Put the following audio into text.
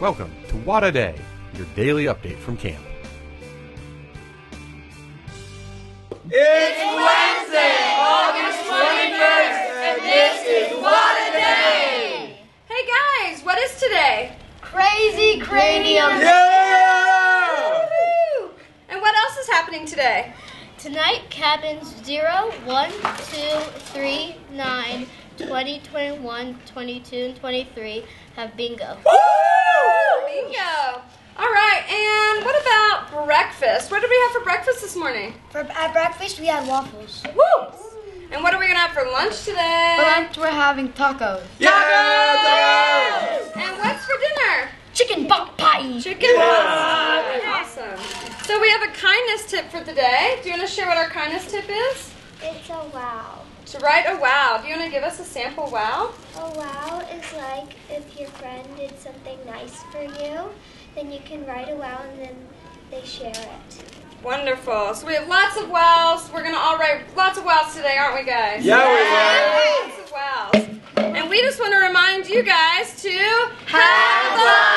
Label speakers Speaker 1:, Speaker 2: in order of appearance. Speaker 1: Welcome to What a Day, your daily update from camp.
Speaker 2: Hey guys, what is today?
Speaker 3: Crazy Cranium.
Speaker 2: Woo! And what else is happening today?
Speaker 3: Tonight, cabins 0, 1, 2, 3, 9, 20, 21, 22, and 23 have bingo.
Speaker 2: Bingo! All right, and what about breakfast? What did we have for breakfast this morning?
Speaker 3: For, at breakfast, we had waffles.
Speaker 2: Woo! And what are we gonna have for lunch today?
Speaker 3: we're having tacos.
Speaker 2: And what's for dinner?
Speaker 3: Chicken bok pie.
Speaker 2: Chicken pasta. Awesome. So we have a kindness tip for the day. Do you want to share what our kindness tip is?
Speaker 4: It's a wow.
Speaker 2: To write a wow. Do you want to give us a sample wow?
Speaker 4: A wow is like if your friend did something nice for you, then you can write a wow and then they share it.
Speaker 2: Wonderful. So we have lots of wows. We're gonna all write lots of wows today, aren't we, guys? Yeah, we are. Lots of wows. And we just want to remind you guys to have, fun.